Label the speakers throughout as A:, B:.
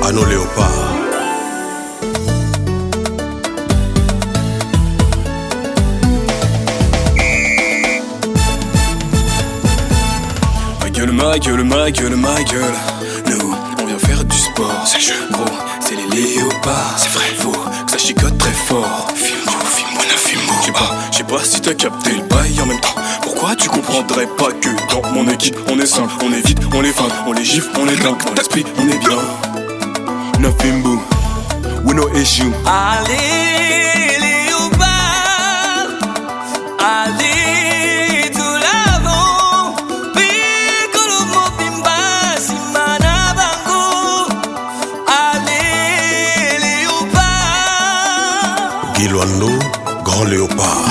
A: bano léopard
B: Ma gueule, ma gueule, ma gueule, ma gueule. Nous, on vient faire du sport. C'est le jeu. Gros, c'est les léopards. C'est vrai. Faut que ça chicote très fort. Fimbo, Fimbo, na Fimbo. J'sais pas, j'sais pas si t'as capté le bail en même temps. Pourquoi tu comprendrais pas que dans mon équipe, on est simple, on est vite, on est fin, on les gifle, on est dingue. Dans l'esprit, on est bien. Na Fimbo, we no issue.
C: Allez les Léopards, allez tout l'avant. Piccolo mobimba simana bango. Allez les Léopards.
A: Guilwando grand léopard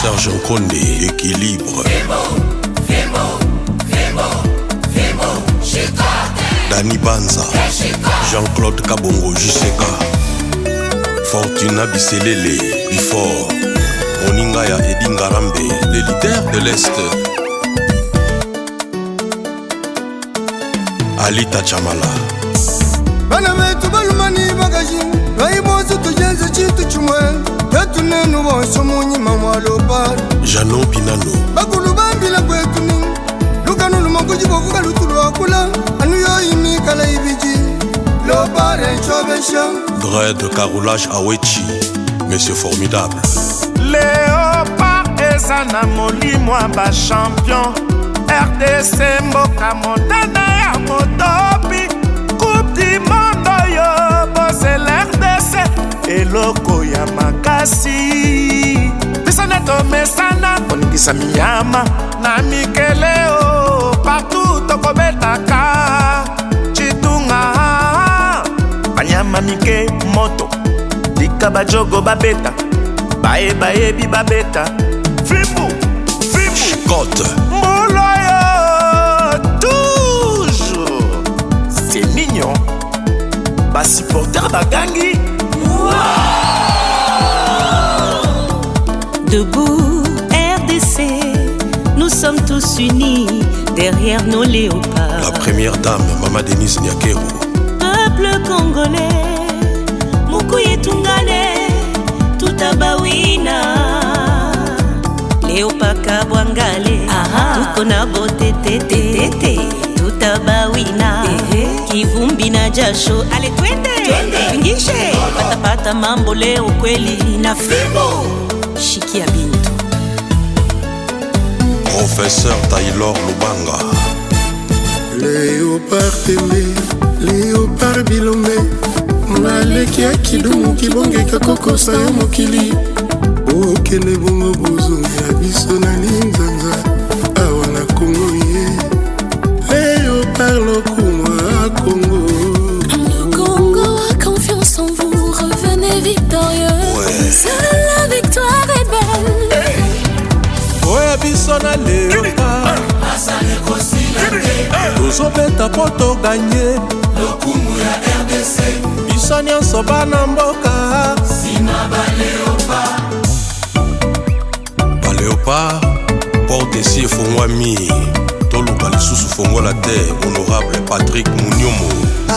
A: Sergent Condé, équilibre. Dani Banza, Jean-Claude Kabongo, Juseka, Fortuna Biselele, Bifor, Moningaya Edingarambe, les leaders de l'Est. Ali Tachamala,
D: bana betu balumani bagaji ngai bosi tujenze chitu chimwe tetunenu bose munyima mwa lopari
A: Jano Pinano,
D: bakulu bambila kwetuni lukanu lumakuji bokuka lutu lwakula anu yoyimikala ibiji lopari ncobesha
A: Dre de Karoulage Awechi, Monsieur Formidable,
E: léopard eza na molimo ya bachampion rdc mboka montana ya motopi coupe du monde oyo bozela rdc eloko ya makasi biso nde tomesana koningisa miyama na mikele o partout tokobetaka citunga Ah, banyama mike moto tika bajogo babeta bayebayebi babeta fimbu fimbu
A: Cote,
E: mbula oyo toujours c'est mignon basupporter bagangi
F: Debout, RDC, nous sommes tous unis derrière nos
A: la
F: léopards.
A: première dame, Mama Denise Nyakero,
F: Peuple congolais, Mukuye Tungale, Tutabawina, Léopard Kabwangale, Tukona Bote Tete, Tutabawina, Kivumbi na Jasho, Allez, Eh twende, Tungishe, Patapata Mambo Leo Kweli, na Fimbo, Shiki ya Bintu.
A: Professeur Taylor Lubanga,
G: leopard tembe leopard bilombe naleki ya kidumu kibongeka kokosa yo mokili okende bongo bozongi ya biso na linzanza awa na kongo ye leopard lokumwa kongo
H: Le Congo a confiance en vous, revenez victorieux.
A: Ouais.
H: Seule la victoire est belle.
I: oya biso na leopard tozobeta mpo toganye biso nyonso bana mboka
A: Baléopard, porte ici Fongwami, Toluka Lisusu Fongola Terre, Honorable Patrick Mouniomo,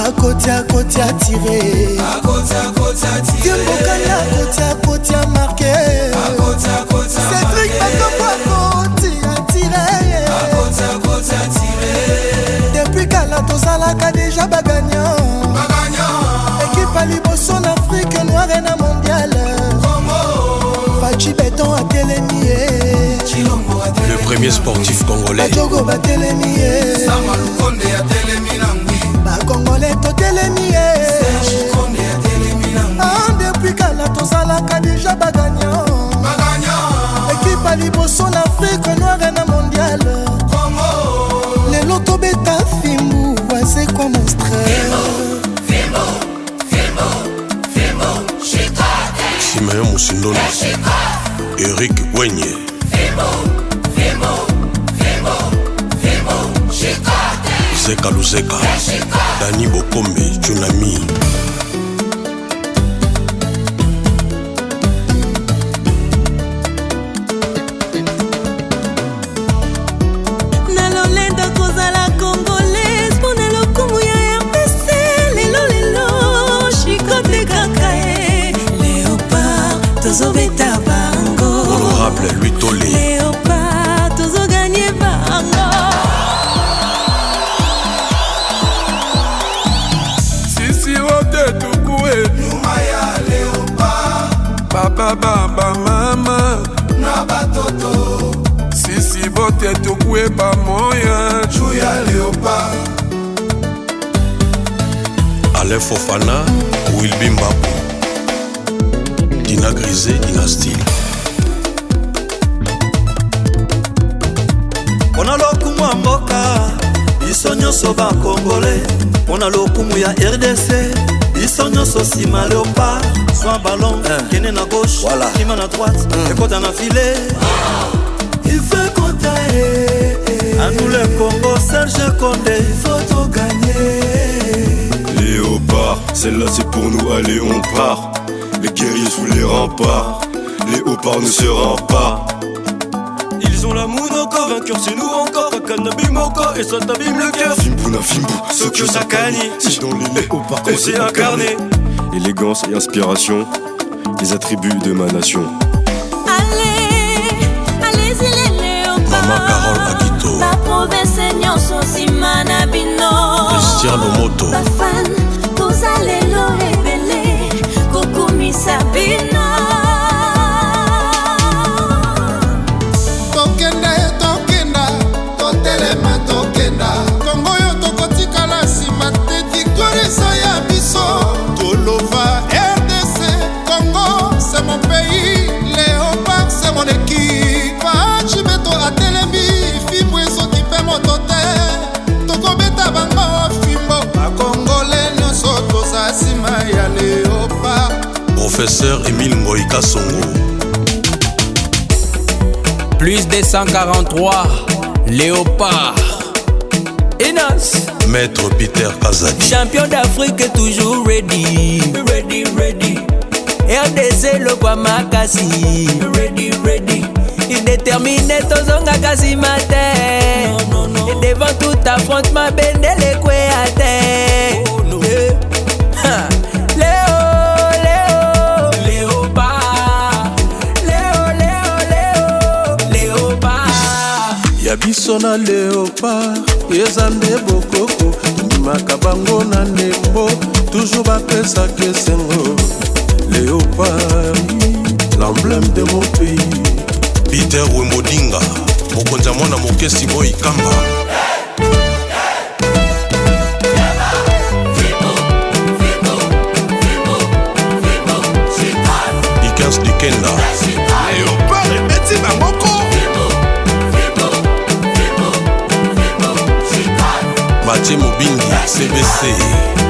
J: akoti akoti atire tiembokani akoti akoti amarke cedrik makambo akoti atire depuis kala tozalaka deja bagagnan ekipa liboso na afrike noire na mondiale faci beton atelemi ye
A: le premier sportif congolais,
J: bajogo batelemi ye bakongole totelemi ye Ah, depuis kala tozalaka deja bagagnan ekipa liboso na afrike noire na mondiale lelo tobeta fimbu wazekwa monstre
A: Simeon Moussindono, Eric Wenye, Zeka Luzeka, Dani Bokombe, Tsunami,
F: e.
A: alain fofana wilbi mbapo dina grise dina style
K: mpo na lokumu ya mboka biso nyonso bakongole mpo na lokumu ya rdc biso nyonso nsima leopa swa ballon
L: Eh.
K: kende na gauche kima na droite
L: Hmm.
K: ekota na filet
L: Ife Conta, eh, eh.
K: à nous le Congo, Serge Condé,
L: faut tout gagner.
M: Léopard, celle-là c'est pour nous, allez on part Les guerriers sous les remparts Léopard ne se rend pas
N: Ils ont l'amour encore, vainqueur c'est nous encore Cannabis encore et ça t'abîme le cœur
M: Fimbou na Fimbou, Sokyo Sakani Si dans les léopards
N: Et c'est incarné
M: Élégance et inspiration Les attributs de ma nation
A: mama carole akito
O: baprovince nyonso nsima na bino
A: christian lomoto
O: bafan toza lelo ebele kokumisa bino
D: tokenda ye tokenda totelema tokenda kongo oyo tokotikala nsima te victoire eza ya biso tolova rdc kongo se mon pays léopard se mon équipe acimeto atelemi fimbu esoki mpe moto te tokobeta bango fimbo bakongole nyonso toza nsima ya léopard
A: professeur emile ngoika songo
P: Plus des 143, Léopard.
A: enas maître peter kazadi
Q: champion d'afrike toujours ready ready ready rdc lokwa makasi ready ready idéterminé tozongaka nsima te devant tout affrontement bendele ekweya te Eh. Ha. Léo, Léo. Léo, Léo, Léo. Léopard.
I: ya biso na leopard eza nde bokoko tondimaka bango na ndembo toujours bapesaka esengo leopard l'emblème de mon pays
A: peter wembodinga mokonzi ya mwana moke simoi kamba dikens dikenda
R: leopard ebeti bamoko
A: matie mobingi cbc